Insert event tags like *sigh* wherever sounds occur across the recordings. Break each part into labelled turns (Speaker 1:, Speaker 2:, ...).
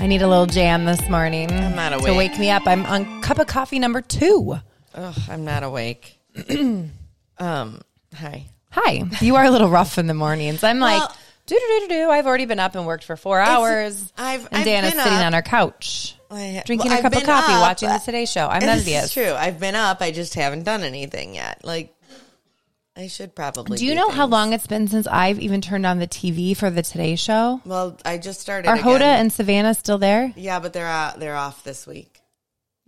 Speaker 1: I need a little jam this morning. I'm
Speaker 2: not
Speaker 1: To
Speaker 2: awake.
Speaker 1: wake me up. I'm on cup of coffee number two.
Speaker 2: Ugh, I'm not awake. *clears throat* um, hi.
Speaker 1: Hi. You are a little rough in the mornings. I'm like,
Speaker 2: Well-
Speaker 1: do do do do do. I've already been up and worked for four hours.
Speaker 2: I've-
Speaker 1: and
Speaker 2: I've
Speaker 1: Dana's
Speaker 2: been
Speaker 1: sitting
Speaker 2: up.
Speaker 1: on our couch,
Speaker 2: I-
Speaker 1: drinking
Speaker 2: well,
Speaker 1: a
Speaker 2: I've
Speaker 1: cup of
Speaker 2: been
Speaker 1: coffee,
Speaker 2: up.
Speaker 1: watching the Today Show. I'm
Speaker 2: *laughs* This is
Speaker 1: envious.
Speaker 2: true. I've been up. I just haven't done anything yet. Like, I should probably.
Speaker 1: Do you know how
Speaker 2: things.
Speaker 1: long it's been since I've even turned on the TV for the Today Show?
Speaker 2: Well, I just started.
Speaker 1: Are Hoda
Speaker 2: again.
Speaker 1: and Savannah still there?
Speaker 2: Yeah, but they're out, they're off this week.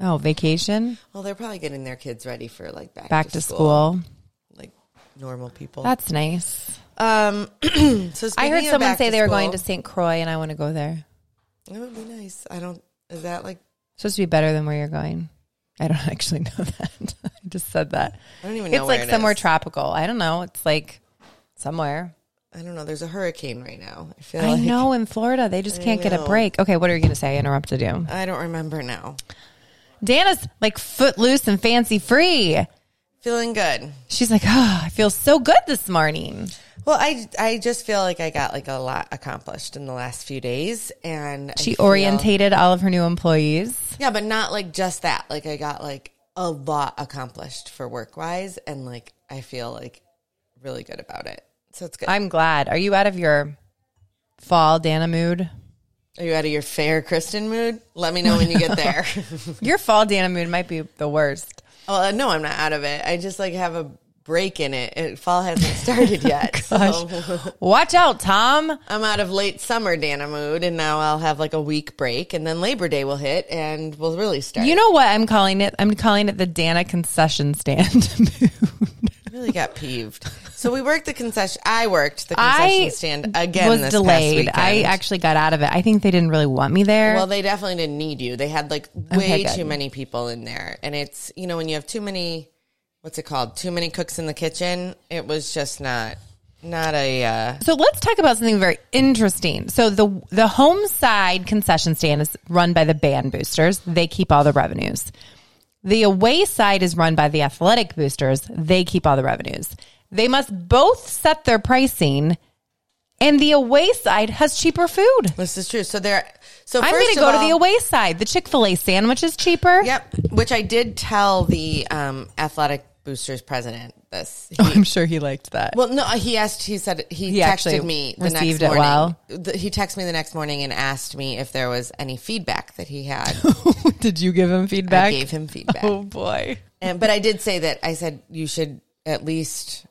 Speaker 1: Oh, vacation,
Speaker 2: Well, they're probably getting their kids ready for like back,
Speaker 1: back to school.
Speaker 2: like normal people.
Speaker 1: That's nice.
Speaker 2: um, *clears throat*
Speaker 1: I
Speaker 2: so
Speaker 1: heard
Speaker 2: speaking of
Speaker 1: someone
Speaker 2: back
Speaker 1: say
Speaker 2: to
Speaker 1: they were going to
Speaker 2: school-
Speaker 1: St. Croix, and I want to go there.
Speaker 2: It would be nice. I don't. Is that like?
Speaker 1: It's supposed to be better than where you're going. I don't *laughs* actually know that. *laughs* I just said that.
Speaker 2: I don't even know.
Speaker 1: It's
Speaker 2: where
Speaker 1: like
Speaker 2: it
Speaker 1: somewhere
Speaker 2: is.
Speaker 1: tropical. I don't know. It's like somewhere.
Speaker 2: I don't know. There's a hurricane right now. I feel.
Speaker 1: I
Speaker 2: like,
Speaker 1: know in Florida they just can't get a
Speaker 2: know.
Speaker 1: break. Okay, what are you going to say? I interrupted you.
Speaker 2: I don't remember now.
Speaker 1: Dana's like footloose and fancy free.
Speaker 2: Feeling good.
Speaker 1: She's like, oh, I feel so good this morning.
Speaker 2: Well, I, I just feel like I got like a lot accomplished in the last few days, and I
Speaker 1: She
Speaker 2: feel-
Speaker 1: orientated all of her new employees.
Speaker 2: Yeah, but not like just that. Like I got like a lot accomplished for work wise, and like I feel like really good about it. So it's good.
Speaker 1: I'm glad. Are you out of your fall Dana mood?
Speaker 2: Are you out of your fair Kristen mood? Let me know when you get there. *laughs*
Speaker 1: Your fall Dana mood might be the worst.
Speaker 2: well, uh, no, I'm not out of it. I just like have a break in it. it fall hasn't
Speaker 1: *laughs*
Speaker 2: started yet.
Speaker 1: Oh,
Speaker 2: so
Speaker 1: Watch out, Tom.
Speaker 2: I'm out of late summer Dana mood, and now I'll have like a week break, and then Labor Day will hit, and we'll really start.
Speaker 1: You know what I'm calling it? I'm calling it the Dana concession stand *laughs* mood.
Speaker 2: really got peeved. So we worked the concession. I worked the concession
Speaker 1: I
Speaker 2: stand again.
Speaker 1: was
Speaker 2: this
Speaker 1: delayed.
Speaker 2: Past
Speaker 1: I
Speaker 2: weekend.
Speaker 1: actually got out of it. I think they didn't really want me there.
Speaker 2: Well, they definitely didn't need you. They had like way
Speaker 1: Okay, good.
Speaker 2: too many people in there, and it's you know when you have too many, what's it called? Too many cooks in the kitchen. It was just not not a. Uh,
Speaker 1: so let's talk about something very interesting. So the the home side concession stand is run by the band boosters. They keep all the revenues. The away side is run by the athletic boosters. They keep all the revenues. They must both set their pricing and the away side has cheaper food.
Speaker 2: this is true. So there. So
Speaker 1: I'm going
Speaker 2: first
Speaker 1: to
Speaker 2: of
Speaker 1: go to the
Speaker 2: all-
Speaker 1: away side. The Chick-fil-A sandwich is cheaper.
Speaker 2: Yep, which I did tell the um, athletic boosters president this. He-
Speaker 1: I'm sure he liked that.
Speaker 2: Well, no, he asked. He said he,
Speaker 1: He actually
Speaker 2: texted me the
Speaker 1: received it
Speaker 2: next morning.
Speaker 1: well.
Speaker 2: The- He texted me the next morning and asked me if there was any feedback that
Speaker 1: *laughs*
Speaker 2: he had.
Speaker 1: Did you give him feedback?
Speaker 2: I gave him
Speaker 1: *laughs*
Speaker 2: feedback.
Speaker 1: Oh boy.
Speaker 2: And, but I did say that I said you should at least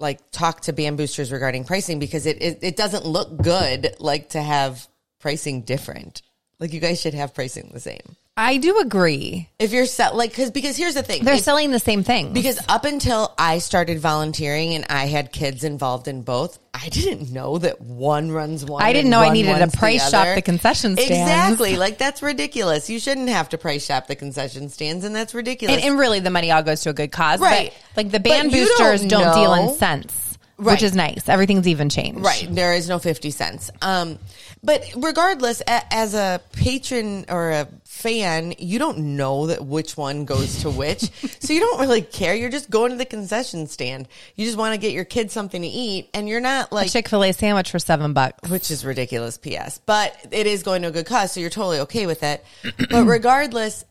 Speaker 2: like talk to BAM boosters regarding pricing because it, it it doesn't look good like to have pricing different. Like you guys should have pricing the same.
Speaker 1: I do agree.
Speaker 2: If you're sell like because because here's the thing
Speaker 1: They're
Speaker 2: If-
Speaker 1: selling the same thing.
Speaker 2: because up until I started volunteering and I had kids involved in both, I didn't know that one runs one.
Speaker 1: I didn't
Speaker 2: and
Speaker 1: know I
Speaker 2: one
Speaker 1: needed to
Speaker 2: runs
Speaker 1: price
Speaker 2: the
Speaker 1: shop
Speaker 2: other.
Speaker 1: the concession stands.
Speaker 2: Exactly, like that's ridiculous. You shouldn't have to price shop the concession stands, and that's ridiculous.
Speaker 1: and, and really the money all goes to a good cause.
Speaker 2: Right.
Speaker 1: But, like the band
Speaker 2: But you
Speaker 1: boosters don't,
Speaker 2: don't
Speaker 1: deal in
Speaker 2: know.
Speaker 1: cents. Which
Speaker 2: Right.
Speaker 1: is nice. Everything's even changed.
Speaker 2: Right. There is no 50 cents. Um, but regardless, a, as a patron or a fan, you don't know that which one goes
Speaker 1: *laughs*
Speaker 2: to which. so you don't really care. You're just going to the concession stand. You just want to get your kids something to eat and you're not like,
Speaker 1: Chick fil A sandwich for seven bucks.
Speaker 2: which is ridiculous, P.S. But it is going to a good cause. So you're totally okay with it.
Speaker 1: *clears throat*
Speaker 2: but regardless,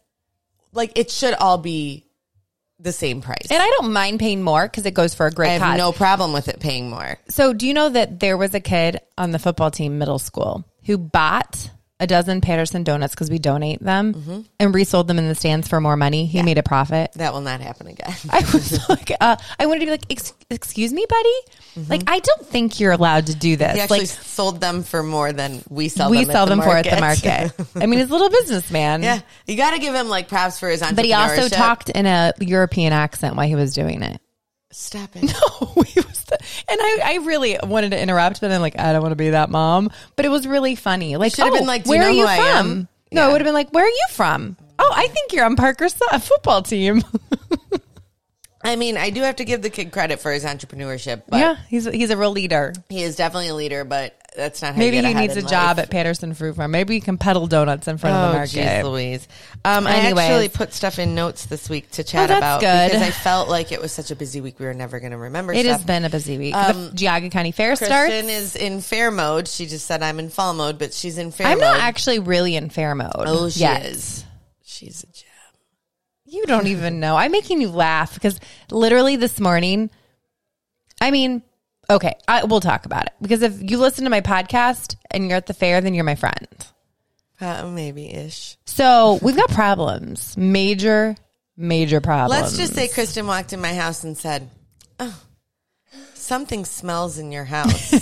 Speaker 2: like it should all be the same price.
Speaker 1: And I don't mind paying more because it goes for a
Speaker 2: I
Speaker 1: great
Speaker 2: have
Speaker 1: cause.
Speaker 2: no problem with it paying more.
Speaker 1: So, do you know that there was a kid on the football team, middle school, who bought a dozen Patterson donuts because we donate them and resold them in the stands for more money? He made a profit.
Speaker 2: That will not happen again. *laughs*
Speaker 1: I was *laughs* like, uh, I wanted to be like, Ex- excuse me, buddy. Like, I don't think you're allowed to do this.
Speaker 2: Mm-hmm. He actually
Speaker 1: like,
Speaker 2: sold them for more than we sell
Speaker 1: we
Speaker 2: them. at
Speaker 1: sell
Speaker 2: the
Speaker 1: them for at the market. I mean, he's a little businessman.
Speaker 2: *laughs* yeah, you got to give him like props for his entrepreneurship.
Speaker 1: But he also talked in a European accent while he was doing it. *laughs*
Speaker 2: Stop it.
Speaker 1: Oh, he was the, and I, I really wanted to interrupt, but I'm like, I don't want to be that mom. But it was really funny. Like,
Speaker 2: should have
Speaker 1: oh,
Speaker 2: been like, "Do you
Speaker 1: where
Speaker 2: know
Speaker 1: are
Speaker 2: who
Speaker 1: you
Speaker 2: I
Speaker 1: from?
Speaker 2: am?"
Speaker 1: No, I
Speaker 2: Yeah.
Speaker 1: would have been like, where are you from? Oh, I think you're on Parker's so- football team. *laughs*
Speaker 2: I mean, I do have to give the kid credit for his entrepreneurship, but
Speaker 1: yeah, he's he's a real leader.
Speaker 2: he is definitely a leader. But that's not. How
Speaker 1: Maybe
Speaker 2: you get
Speaker 1: he
Speaker 2: ahead
Speaker 1: needs a
Speaker 2: in life.
Speaker 1: job at Patterson Fruit Farm. Maybe he can peddle donuts in front of the
Speaker 2: Oh,
Speaker 1: market.
Speaker 2: jeez, Louise. Um, I
Speaker 1: Anyways.
Speaker 2: actually put stuff in notes this week to chat
Speaker 1: Oh, that's
Speaker 2: about
Speaker 1: good.
Speaker 2: because I felt like it was such a busy week. We were never going to remember.
Speaker 1: It
Speaker 2: stuff.
Speaker 1: has been a busy week. the Geauga County Fair starts.
Speaker 2: Um, Kristen is in fair mode. She just said I'm in fall mode, but she's in fair
Speaker 1: I'm
Speaker 2: mode.
Speaker 1: not actually really in fair mode.
Speaker 2: Oh, she
Speaker 1: yet.
Speaker 2: is. She's a gem.
Speaker 1: You don't even know. I'm making you laugh because literally this morning, I mean, okay, I, we'll talk about it because if you listen to my podcast and you're at the fair, then you're my friend.
Speaker 2: Uh, maybe ish.
Speaker 1: So we've got problems, major, major problems.
Speaker 2: Let's just say Kristen walked in my house and said, "Oh, something smells in
Speaker 1: *laughs*
Speaker 2: your house."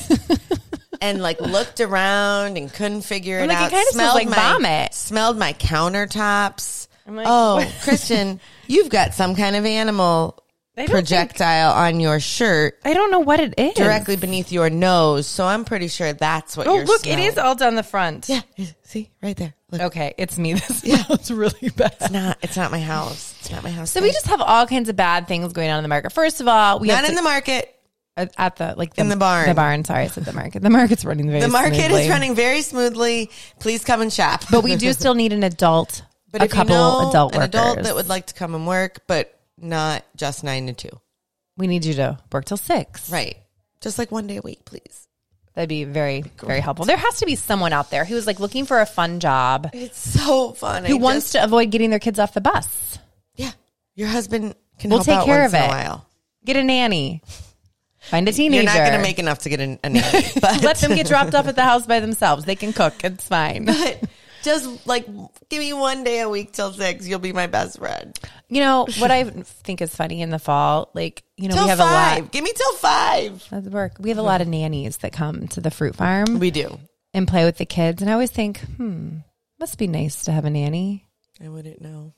Speaker 2: and like looked around and couldn't figure it
Speaker 1: like, it
Speaker 2: out.
Speaker 1: kinda smells like
Speaker 2: my,
Speaker 1: vomit.
Speaker 2: Smelled my countertops.
Speaker 1: like,
Speaker 2: oh,
Speaker 1: *laughs*
Speaker 2: Kristen, you've got some kind of animal
Speaker 1: I don't
Speaker 2: projectile on your shirt
Speaker 1: I don't know what it is.
Speaker 2: directly beneath your nose. So I'm pretty sure that's what
Speaker 1: Oh,
Speaker 2: you're
Speaker 1: look,
Speaker 2: smelling.
Speaker 1: it is all down the front.
Speaker 2: Yeah, see, right there. Look,
Speaker 1: Okay, it's
Speaker 2: *laughs*
Speaker 1: me. This sounds really bad.
Speaker 2: it's not. It's not my house. It's not my house.
Speaker 1: So we just have all kinds of bad things going on in the market. First of all, we
Speaker 2: not
Speaker 1: have
Speaker 2: in
Speaker 1: to-
Speaker 2: the market.
Speaker 1: at- at the like
Speaker 2: in the barn.
Speaker 1: The barn. Sorry, I said the market. The market's running very.
Speaker 2: The market
Speaker 1: smoothly.
Speaker 2: is running very smoothly. Please come and shop.
Speaker 1: but we do still need an adult.
Speaker 2: *laughs* But
Speaker 1: a
Speaker 2: if
Speaker 1: couple
Speaker 2: you know
Speaker 1: adult
Speaker 2: an
Speaker 1: workers.
Speaker 2: adult that would like to come and work, but not just nine to two.
Speaker 1: we need you to work till six.
Speaker 2: Right. Just like one day a week, please.
Speaker 1: That'd be very very helpful. There has to be someone out there who is like looking for a fun job
Speaker 2: It's so fun.
Speaker 1: who wants to avoid getting their kids off the bus.
Speaker 2: Yeah. Your husband can
Speaker 1: We'll
Speaker 2: help
Speaker 1: take
Speaker 2: out
Speaker 1: care
Speaker 2: once
Speaker 1: of
Speaker 2: in
Speaker 1: it.
Speaker 2: a while.
Speaker 1: Get a nanny. Find a teenager.
Speaker 2: You're not going to make enough to get an,
Speaker 1: *laughs*
Speaker 2: a nanny, but *laughs*
Speaker 1: Let them get dropped off at the house by themselves. They can cook. It's fine.
Speaker 2: just like give me one day a week till six. You'll be my best friend.
Speaker 1: You know what
Speaker 2: *laughs*
Speaker 1: I think is funny in the fall, like you know
Speaker 2: Till
Speaker 1: we have
Speaker 2: five.
Speaker 1: a lot
Speaker 2: Give me till five.
Speaker 1: of work. We have a lot of nannies that come to the fruit farm
Speaker 2: We do.
Speaker 1: and play with the kids, and I always think, hmm, must be nice to have a nanny.
Speaker 2: I wouldn't know.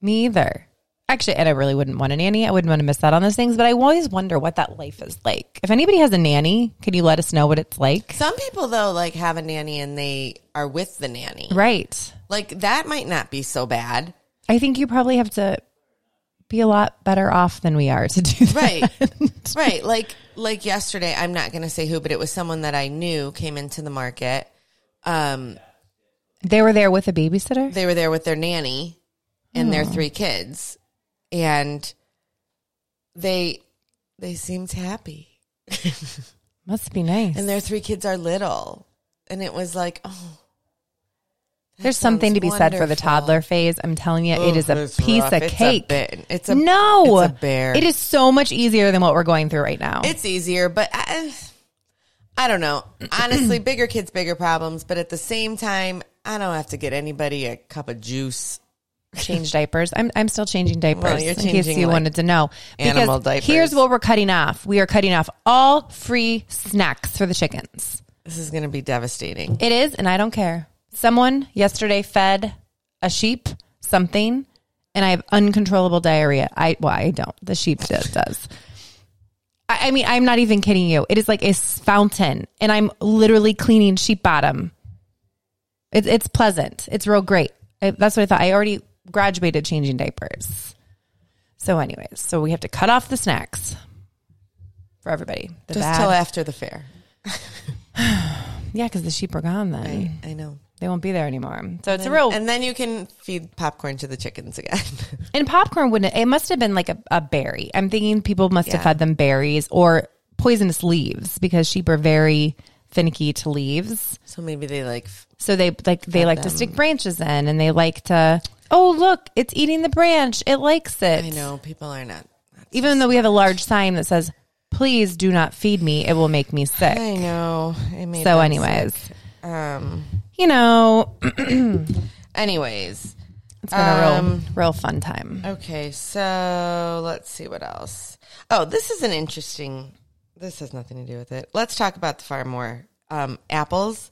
Speaker 1: Me either. Actually, and I really wouldn't want a nanny. I wouldn't want to miss out on those things, but I always wonder what that life is like. If anybody has a nanny, can you let us know what it's like?
Speaker 2: Some people though like have a nanny and they are with the nanny.
Speaker 1: Right.
Speaker 2: Like that might not be so bad.
Speaker 1: I think you probably have to be a lot better off than we are to do that.
Speaker 2: Right. *laughs* right. Like like yesterday, I'm not gonna say who, but it was someone that I knew came into the market. Um
Speaker 1: *laughs* They were there with a babysitter.
Speaker 2: they were there with their nanny and their
Speaker 1: Hmm.
Speaker 2: three kids. And they they seemed happy.
Speaker 1: Must be nice.
Speaker 2: And their three kids are little. And it was like, oh
Speaker 1: There's something to be said for the
Speaker 2: wonderful.
Speaker 1: toddler phase. I'm telling you, it is a
Speaker 2: It's
Speaker 1: piece
Speaker 2: rough.
Speaker 1: of
Speaker 2: It's a
Speaker 1: cake.
Speaker 2: bit- it's a
Speaker 1: no,
Speaker 2: It's a bear.
Speaker 1: It is so much easier than what we're going through right now.
Speaker 2: It's easier, but I, I don't know. *clears throat* Honestly, bigger kids, bigger problems. But at the same time, I don't have to get anybody a cup of juice.
Speaker 1: Change diapers. I'm I'm still changing diapers
Speaker 2: you're
Speaker 1: in case
Speaker 2: changing,
Speaker 1: you
Speaker 2: like,
Speaker 1: wanted to know.
Speaker 2: animal diapers.
Speaker 1: here's what we're cutting off. We are cutting off all free snacks for the chickens.
Speaker 2: This is going to be devastating.
Speaker 1: It is, and I don't care. Someone yesterday fed a sheep something, and I have uncontrollable diarrhea. I well, I don't. The sheep does. does. I, I mean, I'm not even kidding you. It is like a s- fountain, and I'm literally cleaning sheep bottom. It's it's pleasant. It's real great. I, that's what I thought. I already graduated changing diapers. So, anyways, so we have to cut off the snacks for everybody. The
Speaker 2: Just
Speaker 1: bad-
Speaker 2: till after the fair.
Speaker 1: yeah, because the sheep are gone then.
Speaker 2: I, I know.
Speaker 1: They won't be there anymore. So it's a real
Speaker 2: And then you can feed popcorn to the chickens again. *laughs*
Speaker 1: And popcorn wouldn't. It must have been like a, a berry. I'm thinking people must have
Speaker 2: Yeah.
Speaker 1: fed them berries or poisonous leaves because sheep are very finicky to leaves.
Speaker 2: so maybe they like. f-
Speaker 1: So they like they like to stick branches in, and they like to. Oh look, it's eating the branch. It likes it.
Speaker 2: I know people are not.
Speaker 1: Even though we have a large sign that says, "Please do not feed me. It will make me
Speaker 2: *laughs*
Speaker 1: sick."
Speaker 2: I know. I made
Speaker 1: so,
Speaker 2: them
Speaker 1: anyways,
Speaker 2: sick. um.
Speaker 1: you know, it's
Speaker 2: Anyways,
Speaker 1: been
Speaker 2: Um,
Speaker 1: a real, real fun time.
Speaker 2: Okay, so let's see what else. Oh, this is an interesting. This has nothing to do with it. Let's talk about the farm more. Um, apples.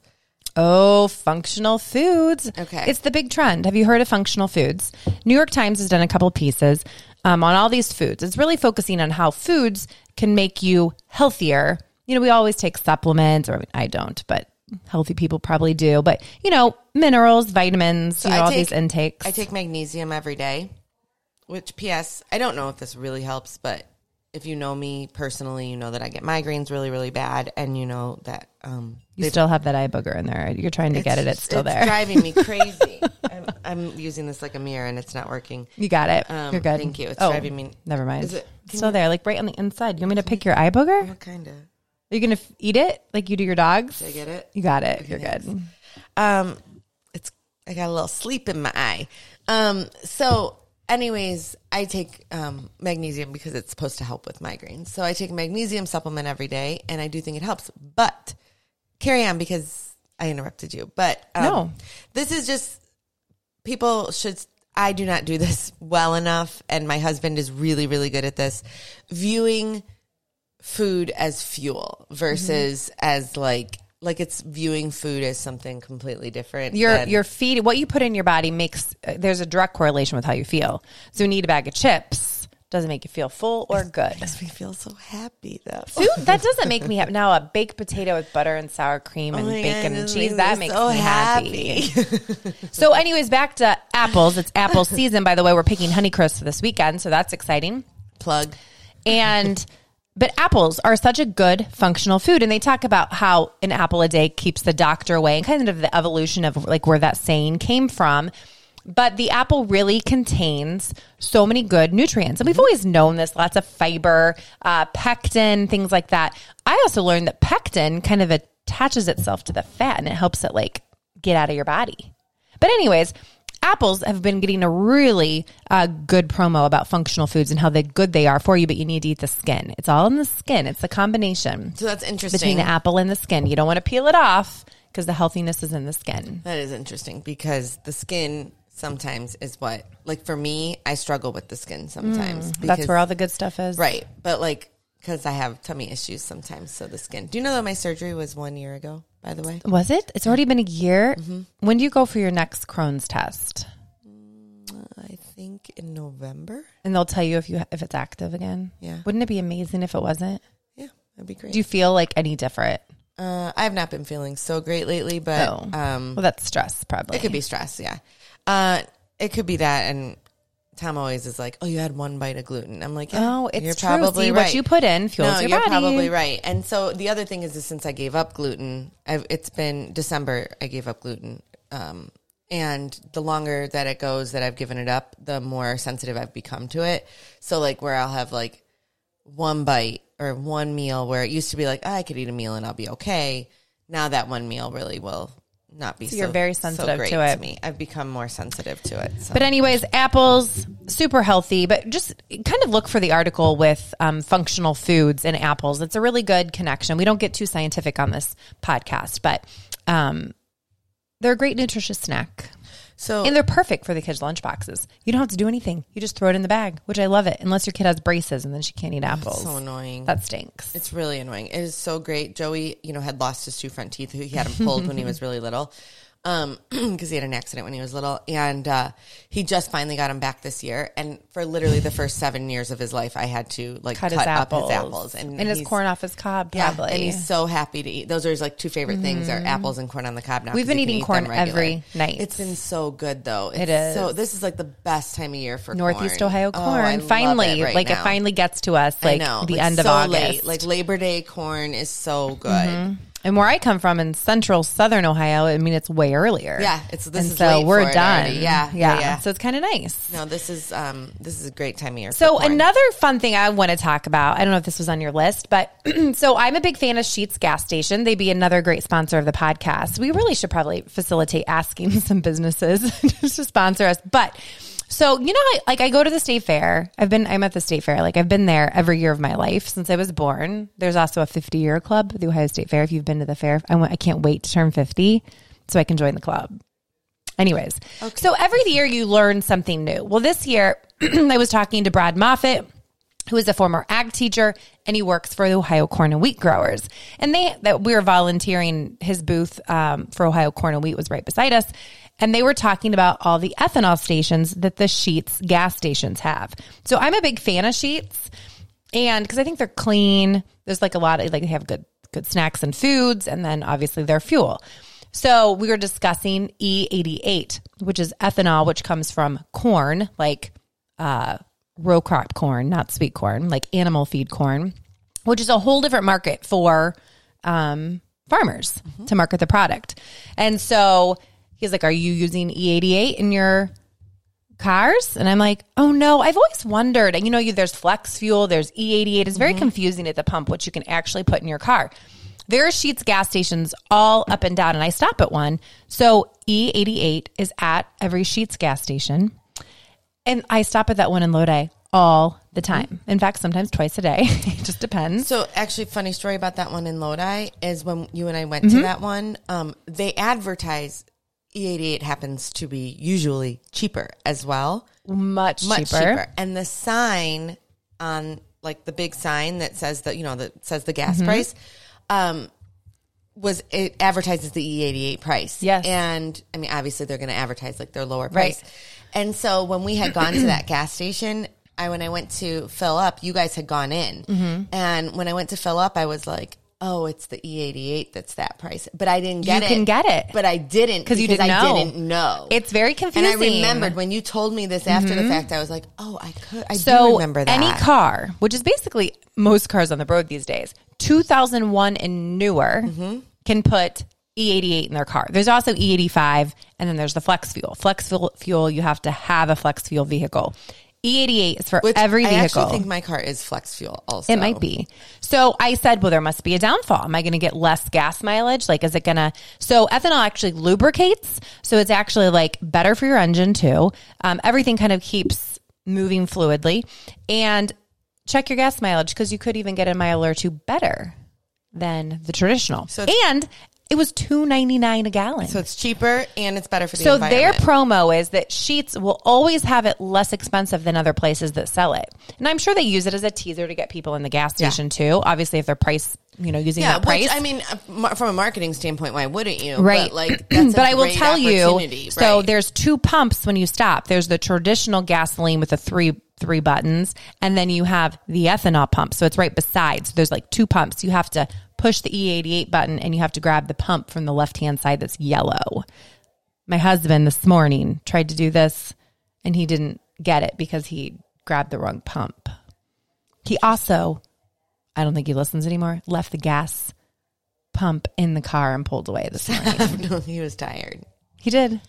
Speaker 1: Oh, functional foods.
Speaker 2: Okay.
Speaker 1: It's the big trend. Have you heard of functional foods? New York Times has done a couple pieces um, on all these foods. It's really focusing on how foods can make you healthier. You know, we always take supplements, or I, mean, I don't, but healthy people probably do. But, you know, minerals, vitamins, you know,
Speaker 2: I
Speaker 1: all
Speaker 2: take-
Speaker 1: these intakes.
Speaker 2: I take magnesium every day. Which, P.S. I don't know if this really helps, but if you know me personally, you know that I get migraines really, really bad, and you know that um,
Speaker 1: You
Speaker 2: they've-
Speaker 1: still have that eye booger in there. You're trying to get it. It's still there. *laughs*
Speaker 2: driving me crazy. I'm, I'm using this like a mirror, and it's not working.
Speaker 1: You got it.
Speaker 2: Um,
Speaker 1: You're good. Oh,
Speaker 2: thank you. It's driving me-
Speaker 1: Never mind.
Speaker 2: Is it-
Speaker 1: it's still there, like right on the inside. You want me to pick your eye booger? Are
Speaker 2: What kind of?
Speaker 1: you gonna f- eat it like you do your dogs?
Speaker 2: Did I get it?
Speaker 1: You got it. You're good.
Speaker 2: Um, it's I got a little sleep in my eye. Um, so anyways, I take um magnesium because it's supposed to help with migraines. So I take a magnesium supplement every day, and I do think it helps. But carry on because I interrupted you. But um,
Speaker 1: No.
Speaker 2: this is just people should I do not do this *laughs* well enough and my husband is really really good at this viewing food as fuel versus as like like it's viewing food as something completely different
Speaker 1: Your
Speaker 2: than-
Speaker 1: your feed what you put in your body makes uh, there's a direct correlation with how you feel. So you need a bag of chips doesn't make you feel full or
Speaker 2: *laughs*
Speaker 1: good.
Speaker 2: makes me feel so happy though
Speaker 1: Dude, that doesn't make me happy. Now a baked potato with butter and sour cream and
Speaker 2: Oh my God,
Speaker 1: bacon and
Speaker 2: this
Speaker 1: cheese
Speaker 2: makes
Speaker 1: that
Speaker 2: me
Speaker 1: makes
Speaker 2: so
Speaker 1: me happy. *laughs* so, anyways, back to apples. It's apple season, by the way. We're picking Honeycrisp this weekend, so that's exciting.
Speaker 2: plug
Speaker 1: And but apples are such a good functional food, and they talk about how an apple a day keeps the doctor away, and kind of the evolution of like where that saying came from. But the apple really contains so many good nutrients, and we've always known this. Lots of fiber, uh, pectin, things like that. I also learned that pectin kind of attaches itself to the fat, and it helps it like get out of your body. But anyways, apples have been getting a really uh, good promo about functional foods and how they, good they are for you. But you need to eat the skin. It's all in the skin. It's the combination
Speaker 2: so that's interesting
Speaker 1: between the apple and the skin. You don't want to peel it off because the healthiness is in the skin.
Speaker 2: That is interesting because the skin sometimes is what, like for me, I struggle with the skin sometimes. because,
Speaker 1: That's where all the good stuff is.
Speaker 2: right, but like because I have tummy issues sometimes, so the skin. Do you know that my surgery was one year ago? By the way,
Speaker 1: Was it? It's already been a year.
Speaker 2: Mm-hmm.
Speaker 1: When do you go for your next Crohn's test?
Speaker 2: I think in November.
Speaker 1: And they'll tell you if you if it's active again.
Speaker 2: Yeah.
Speaker 1: Wouldn't it be amazing if it wasn't?
Speaker 2: Yeah, that'd be great.
Speaker 1: Do you feel like any different?
Speaker 2: uh, I have not been feeling so great lately, but
Speaker 1: Oh.
Speaker 2: um,
Speaker 1: Well, that's stress probably.
Speaker 2: it could be stress. Yeah, uh, it could be that and. Tom always is like, "Oh, you had one bite of gluten." I'm like, yeah,
Speaker 1: Oh, it's
Speaker 2: you're
Speaker 1: true.
Speaker 2: probably
Speaker 1: See,
Speaker 2: right.
Speaker 1: what you put in fuels
Speaker 2: no,
Speaker 1: your
Speaker 2: you're
Speaker 1: body.
Speaker 2: probably right. And so the other thing is, is since I gave up gluten, I've, it's been December. I gave up gluten, um, and the longer that it goes that I've given it up, the more sensitive I've become to it. So like where I'll have like one bite or one meal where it used to be like "Ah, I could eat a meal and I'll be okay. Now that one meal really will not be. So,
Speaker 1: you're very
Speaker 2: so
Speaker 1: sensitive
Speaker 2: great
Speaker 1: to it.
Speaker 2: me. I've become more sensitive to it. So.
Speaker 1: But anyways, apples super healthy. But just kind of look for the article with um, functional foods and apples. It's a really good connection. We don't get too scientific on this podcast, but um, they're a great nutritious snack.
Speaker 2: so
Speaker 1: And they're perfect for the kids' lunch boxes. You don't have to do anything. You just throw it in the bag, which I love it. Unless your kid has braces and then she can't eat apples.
Speaker 2: so annoying.
Speaker 1: that stinks.
Speaker 2: It's really annoying. It is so great. Joey, you know, had lost his two front teeth. He had them pulled when he was really little, um, *clears throat* because he had an accident when he was little, and uh, he just finally got them back this year. And for literally the first seven years of his life, I had to like
Speaker 1: Cut,
Speaker 2: cut,
Speaker 1: his
Speaker 2: up
Speaker 1: apples.
Speaker 2: his apples and,
Speaker 1: his
Speaker 2: he's-
Speaker 1: corn off his cob,
Speaker 2: Yeah,
Speaker 1: probably.
Speaker 2: and he's so happy to eat. Those are his like two favorite things: are apples and corn on the cob. Now
Speaker 1: Mm. We've
Speaker 2: 'cause
Speaker 1: been
Speaker 2: he can
Speaker 1: eating
Speaker 2: eat
Speaker 1: corn
Speaker 2: them regular.
Speaker 1: every night.
Speaker 2: It's been so good though. It's
Speaker 1: It is.
Speaker 2: So this is like the best time of year for
Speaker 1: Northeast
Speaker 2: corn.
Speaker 1: Ohio
Speaker 2: Oh,
Speaker 1: corn.
Speaker 2: I love it
Speaker 1: finally,
Speaker 2: right
Speaker 1: like it
Speaker 2: now.
Speaker 1: finally gets to us,
Speaker 2: I
Speaker 1: like
Speaker 2: know,
Speaker 1: the
Speaker 2: like,
Speaker 1: end of
Speaker 2: so
Speaker 1: August. Mm-hmm.
Speaker 2: late. Like Labor Day corn is so good.
Speaker 1: and where I come from in central southern Ohio, I mean it's way earlier.
Speaker 2: Yeah, it's- this
Speaker 1: and
Speaker 2: is
Speaker 1: so
Speaker 2: late
Speaker 1: we're
Speaker 2: for it
Speaker 1: done.
Speaker 2: already. Yeah,
Speaker 1: yeah,
Speaker 2: yeah, yeah.
Speaker 1: So it's kind of nice.
Speaker 2: No, this is um this is a great time of year.
Speaker 1: So
Speaker 2: for corn.
Speaker 1: another fun thing I want to talk about. I don't know if this was on your list, but *clears throat* so I'm a big fan of Sheets Gas Station. They'd be another great sponsor of the podcast. We really should probably facilitate asking *laughs* some businesses to sponsor us. But so you know, I, like I go to the state fair. I've been I'm at the state fair. Like I've been there every year of my life since I was born. There's also a 50 year club, the Ohio State Fair. If you've been to the fair, I want, I can't wait to turn 50 so I can join the club. Anyways, so every year you learn something new. Well, this year *clears throat* I was talking to Brad Moffitt, who is a former ag teacher, and he works for the Ohio Corn and Wheat Growers. And they that we were volunteering his booth um, for Ohio Corn and Wheat was right beside us, and they were talking about all the ethanol stations that the Sheets gas stations have. So I'm a big fan of Sheets and because I think they're clean. There's like a lot of like they have good good snacks and foods, and then obviously their fuel. So we were discussing E E88, which is ethanol, which comes from corn, like uh, row crop corn, not sweet corn, like animal feed corn, which is a whole different market for um, farmers to market the product. And so he's like, Are you using E88 in your cars? And I'm like, Oh no, I've always wondered. And you know, you, there's flex fuel, there's E88. It's
Speaker 2: Mm-hmm.
Speaker 1: very confusing at the pump what you can actually put in your car. There are Sheets gas stations all up and down, and I stop at one. So E88 is at every Sheets gas station. And I stop at that one in Lodi all the
Speaker 2: Mm-hmm.
Speaker 1: time. In fact, sometimes twice a day. *laughs* it just depends.
Speaker 2: So, actually, funny story about that one in Lodi is when you and I went
Speaker 1: Mm-hmm.
Speaker 2: to that one. Um, they advertise E88 happens to be usually cheaper as well,
Speaker 1: Much,
Speaker 2: much cheaper.
Speaker 1: cheaper.
Speaker 2: And the sign on, like the big sign that says that you know that says the
Speaker 1: Mm-hmm.
Speaker 2: gas price, um, was it advertises the E88 price?
Speaker 1: Yes.
Speaker 2: And I mean, obviously, they're going to advertise like their lower price. And so when we had gone to that gas station, I when I went to fill up, you guys had gone in,
Speaker 1: Mm-hmm.
Speaker 2: and when I went to fill up, I was like, "Oh, it's the E88 that's that price," but I didn't get
Speaker 1: You
Speaker 2: it.
Speaker 1: can get it.
Speaker 2: but I didn't
Speaker 1: 'Cause you didn't
Speaker 2: I
Speaker 1: know.
Speaker 2: didn't know.
Speaker 1: It's very
Speaker 2: and I
Speaker 1: confusing.
Speaker 2: remembered when you told me this after the fact. I was like, "Oh, I could.
Speaker 1: Mm-hmm.
Speaker 2: I do
Speaker 1: So
Speaker 2: remember that."
Speaker 1: any car, which is basically most cars on the road these days, 2001 and newer
Speaker 2: Mm-hmm.
Speaker 1: can put E88 in their car. There's also E85 and then there's the flex fuel. Flex fuel, fuel you have to have a flex fuel vehicle. E88 is for
Speaker 2: Which
Speaker 1: every
Speaker 2: I
Speaker 1: vehicle.
Speaker 2: actually think my car is flex fuel. Also,
Speaker 1: It might be. So I said, well, there must be a downfall. Am I going to get less gas mileage? Like, is it going to? So ethanol actually lubricates. So it's actually like better for your engine too. Um, everything kind of keeps moving fluidly. And check your gas mileage because you could even get a mile or two better than the traditional.
Speaker 2: So it's-
Speaker 1: and it was two ninety nine a gallon.
Speaker 2: So it's cheaper and it's better for the
Speaker 1: So their
Speaker 2: environment.
Speaker 1: promo is that Sheets will always have it less expensive than other places that sell it. And I'm sure they use it as a teaser to get people in the gas station too. Obviously if they're price, you know, using
Speaker 2: yeah,
Speaker 1: that price.
Speaker 2: which, I mean, uh, mar- from a marketing standpoint, why wouldn't you?
Speaker 1: Right.
Speaker 2: But, like, that's
Speaker 1: *clears throat*
Speaker 2: a
Speaker 1: but I will
Speaker 2: great
Speaker 1: tell
Speaker 2: opportunity,
Speaker 1: you. So
Speaker 2: *laughs* right.
Speaker 1: there's two pumps when you stop. There's the traditional gasoline with the three three buttons, and then you have the ethanol pump. So it's right beside. So there's like two pumps. You have to push the E88 button, and you have to grab the pump from the left hand side that's yellow. My husband this morning tried to do this, and he didn't get it because he grabbed the wrong pump. He also, I don't think he listens anymore. Left the gas pump in the car and pulled away this
Speaker 2: *laughs*
Speaker 1: morning.
Speaker 2: no, he was tired.
Speaker 1: He did.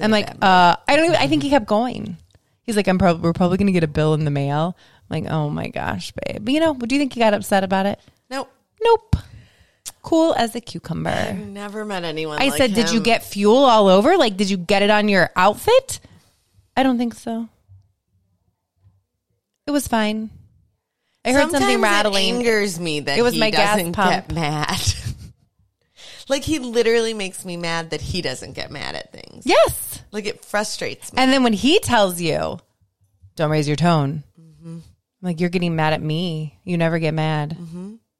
Speaker 1: I'm like, uh, I don't even, I think he kept going. He's like, I'm probably, we're probably going to get a bill in the mail. I'm like, oh my gosh, babe. But you know, do you think he got upset about it?
Speaker 2: Nope.
Speaker 1: Nope. Cool as a cucumber.
Speaker 2: Never met anyone.
Speaker 1: I
Speaker 2: like
Speaker 1: said, did you
Speaker 2: him.
Speaker 1: get fuel all over? Like, did you get it on your outfit? I don't think so. It was fine. I heard something
Speaker 2: Sometimes
Speaker 1: rattling.
Speaker 2: It angers me that
Speaker 1: It was
Speaker 2: he
Speaker 1: my gas
Speaker 2: doesn't
Speaker 1: pump.
Speaker 2: get mad. *laughs* like he literally makes me mad that he doesn't get mad at things.
Speaker 1: yes.
Speaker 2: Like it frustrates me.
Speaker 1: And then when he tells you, don't raise your tone, like you're getting mad at me. You never get mad.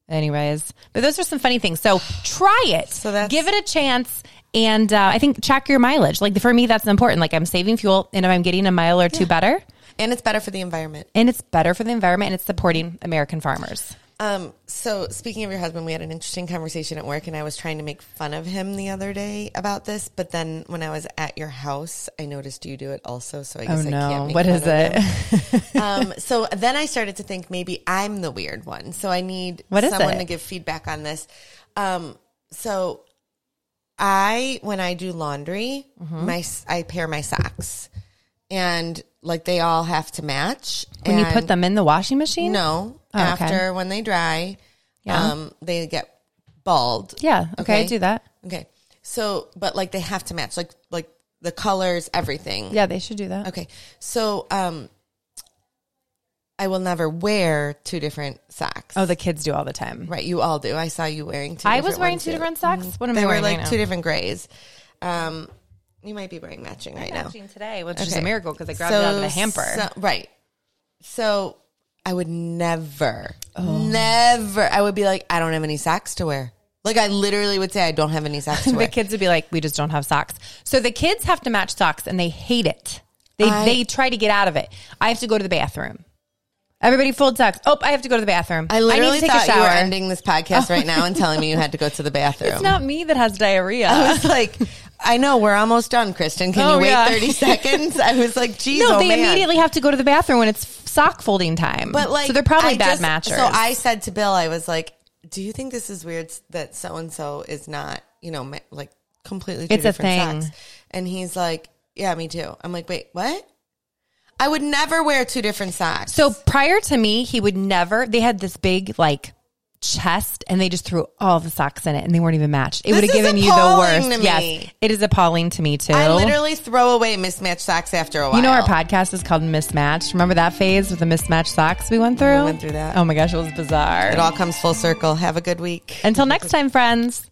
Speaker 1: Anyways, but those are some funny things. So try it. So
Speaker 2: that's-
Speaker 1: Give it a chance. And uh, I think check your mileage. Like for me, that's important. Like I'm saving fuel and if I'm getting a mile or two better.
Speaker 2: And it's better for the environment.
Speaker 1: And it's better for the environment and it's supporting American farmers.
Speaker 2: Um, so speaking of your husband, we had an interesting conversation at work and I was trying to make fun of him the other day about this, but then when I was at your house, I noticed you do it also, so I guess I can't
Speaker 1: Oh,
Speaker 2: make
Speaker 1: What
Speaker 2: fun
Speaker 1: is
Speaker 2: of him.
Speaker 1: it? *laughs*
Speaker 2: *laughs* um, so then I started to think maybe I'm the weird one. So I need
Speaker 1: What is
Speaker 2: someone
Speaker 1: it?
Speaker 2: to give feedback on this. Um, so I, when I do laundry,
Speaker 1: Mm-hmm.
Speaker 2: my s- I pair my socks, and like they all have to match.
Speaker 1: When you put
Speaker 2: and-
Speaker 1: them in the washing machine?
Speaker 2: no
Speaker 1: Oh, okay.
Speaker 2: after when they dry,
Speaker 1: Yeah.
Speaker 2: um, they get bald.
Speaker 1: Yeah. Okay, I do that.
Speaker 2: Okay, so but like they have to match, like like the colors, everything.
Speaker 1: Yeah, they should do that.
Speaker 2: Okay. So um I will never wear two different socks.
Speaker 1: Oh, the kids do all the time.
Speaker 2: Right, you all do. I saw you wearing two
Speaker 1: I
Speaker 2: different
Speaker 1: was wearing
Speaker 2: ones,
Speaker 1: two
Speaker 2: too.
Speaker 1: different socks. What am
Speaker 2: They
Speaker 1: I
Speaker 2: were
Speaker 1: wearing?
Speaker 2: like
Speaker 1: right now?
Speaker 2: two different grays. Um you might be wearing matching right now.
Speaker 1: matching today, which is
Speaker 2: Okay.
Speaker 1: a miracle because I grabbed it out of the hamper.
Speaker 2: so- right. So I would never, never, I would be like, I don't have any socks to wear. Like I literally would say, I don't have any
Speaker 1: *laughs*
Speaker 2: socks to
Speaker 1: the
Speaker 2: wear.
Speaker 1: kids would be like, "We just don't have socks." So the kids have to match socks, and they hate it. They
Speaker 2: I-
Speaker 1: they try to get out of it. I have to go to the bathroom. Everybody fold socks. Oh, I have to go to the bathroom.
Speaker 2: I literally
Speaker 1: need to take
Speaker 2: thought
Speaker 1: a shower.
Speaker 2: you were ending this podcast right now and telling me you had to go to the
Speaker 1: *laughs*
Speaker 2: bathroom.
Speaker 1: it's not me that has diarrhea.
Speaker 2: I was like, I know we're almost done, Kristen. Can
Speaker 1: Oh,
Speaker 2: you wait
Speaker 1: yeah.
Speaker 2: 30 seconds? I was like, geez,
Speaker 1: *laughs* no,
Speaker 2: oh
Speaker 1: they
Speaker 2: man.
Speaker 1: immediately have to go to the bathroom when it's f- sock folding time.
Speaker 2: But like,
Speaker 1: so they're probably
Speaker 2: I
Speaker 1: bad
Speaker 2: just-
Speaker 1: matchers.
Speaker 2: So I said to Bill, I was like, "Do you think this is weird that so and so is not, you know, ma- like completely two
Speaker 1: It's a
Speaker 2: different
Speaker 1: thing.
Speaker 2: socks?" And he's like, "Yeah, me too." I'm like, "Wait, what?" I would never wear two different socks.
Speaker 1: So prior to me, he would never. They had this big like chest, and they just threw all the socks in it, and they weren't even matched. It would have
Speaker 2: is
Speaker 1: given you the
Speaker 2: appalling
Speaker 1: worst.
Speaker 2: to me.
Speaker 1: Yes, it is appalling to me too.
Speaker 2: I literally throw away mismatched socks after a while.
Speaker 1: you know, our podcast is called Mismatched. Remember that phase with the mismatched socks we went through?
Speaker 2: went through that.
Speaker 1: Oh my gosh, it was bizarre.
Speaker 2: It all comes full circle. Have a good week.
Speaker 1: Until next time, friends.